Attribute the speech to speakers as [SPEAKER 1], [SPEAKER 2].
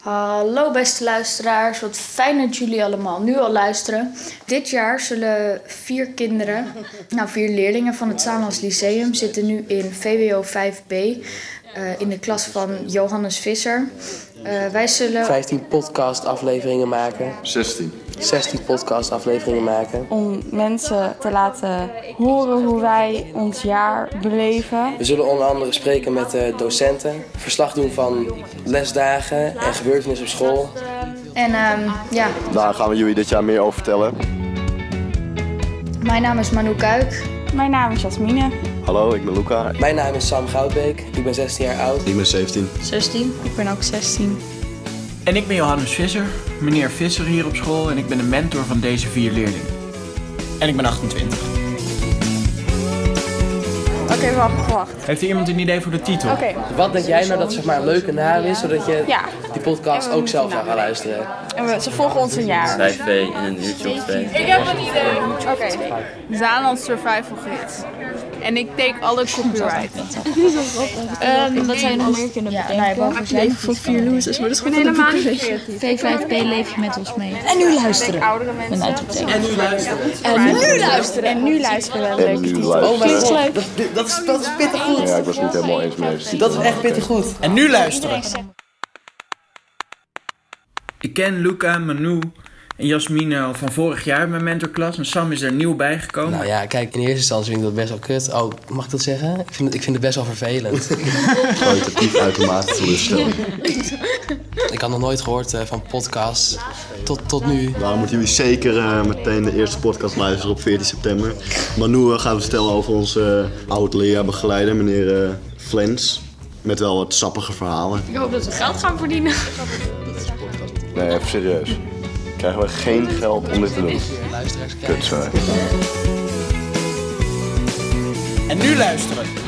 [SPEAKER 1] Hallo beste luisteraars, wat fijn dat jullie allemaal nu al luisteren. Dit jaar zullen vier kinderen, nou vier leerlingen van het Saanlands Lyceum zitten nu in VWO 5B eh, in de klas van Johannes Visser. Eh, wij zullen
[SPEAKER 2] 15 podcast afleveringen maken.
[SPEAKER 3] 16.
[SPEAKER 2] 16 podcast afleveringen maken.
[SPEAKER 4] om mensen te laten horen hoe wij ons jaar beleven.
[SPEAKER 2] We zullen onder andere spreken met eh, docenten, verslag doen van lesdagen en gebeurtenissen op school.
[SPEAKER 1] en ehm, ja,
[SPEAKER 3] Daar gaan we jullie dit jaar meer over vertellen.
[SPEAKER 1] mijn naam is Manu Kuik.
[SPEAKER 4] Mijn naam is Jasmine.
[SPEAKER 3] Hallo, ik ben Luca.
[SPEAKER 2] Mijn naam is Sam Goudbeek, ik ben 16 jaar oud.
[SPEAKER 3] Ik ben 17.
[SPEAKER 1] 16.
[SPEAKER 4] Ik ben ook 16.
[SPEAKER 5] En ik ben Johannes Visser, meneer Visser hier op school en ik ben de mentor van deze vier leerlingen. En ik ben 28.
[SPEAKER 4] Oké, wacht, wacht.
[SPEAKER 5] Heeft er iemand een idee voor de titel?
[SPEAKER 4] Oké.
[SPEAKER 2] Wat denk jij nou dat zeg maar een leuke naam is, zodat je
[SPEAKER 4] Ja.
[SPEAKER 2] die podcast ook zelf naar gaat luisteren?
[SPEAKER 4] En we, ze volgen ons een jaar.
[SPEAKER 6] 5V in een uurtje of twee.
[SPEAKER 4] Oké.
[SPEAKER 7] Zaanland Survival Gids. En ik take alle copyright.
[SPEAKER 8] Ehm, wat zou je nog meer kunnen bedenken? Ja, nou, ik leven voor vier losers, maar dat is gewoon helemaal niet V5B leef je met ons mee. En nu luisteren.
[SPEAKER 7] Oudere mensen.
[SPEAKER 2] En nu luisteren.
[SPEAKER 4] Nu luisteren. En nu luisteren.
[SPEAKER 3] En nu
[SPEAKER 2] Oh mijn
[SPEAKER 3] luisteren.
[SPEAKER 2] god, dat, dat, is, dat is pittig goed.
[SPEAKER 3] Ja, ik was niet helemaal eens met deze
[SPEAKER 2] Dat is echt pittig goed.
[SPEAKER 5] En nu luisteren! Ik ken Luca, Manu en Jasmine al van vorig jaar in mijn mentorklas en Sam is er nieuw bijgekomen.
[SPEAKER 2] Nou ja, kijk, in eerste instantie vind ik dat best wel kut. Oh, mag ik dat zeggen? Ik vind het, ik vind het best wel vervelend.
[SPEAKER 3] kwalitatief uitermate teleurstelling.
[SPEAKER 2] ik had nog nooit gehoord eh, van podcasts tot, tot nu.
[SPEAKER 3] Daarom moeten jullie zeker eh, meteen de eerste podcast luisteren op 14 september. Maar nu eh, gaan we vertellen over onze eh oud-leerbegeleider, meneer eh, Flens. Met wel wat sappige verhalen.
[SPEAKER 8] Ik hoop dat we geld gaan verdienen.
[SPEAKER 3] Nee, even serieus. Krijgen we geen geld om dit te doen.
[SPEAKER 2] Luisteraars, kijkers.
[SPEAKER 3] Kut, sorry.
[SPEAKER 5] En nu luisteren!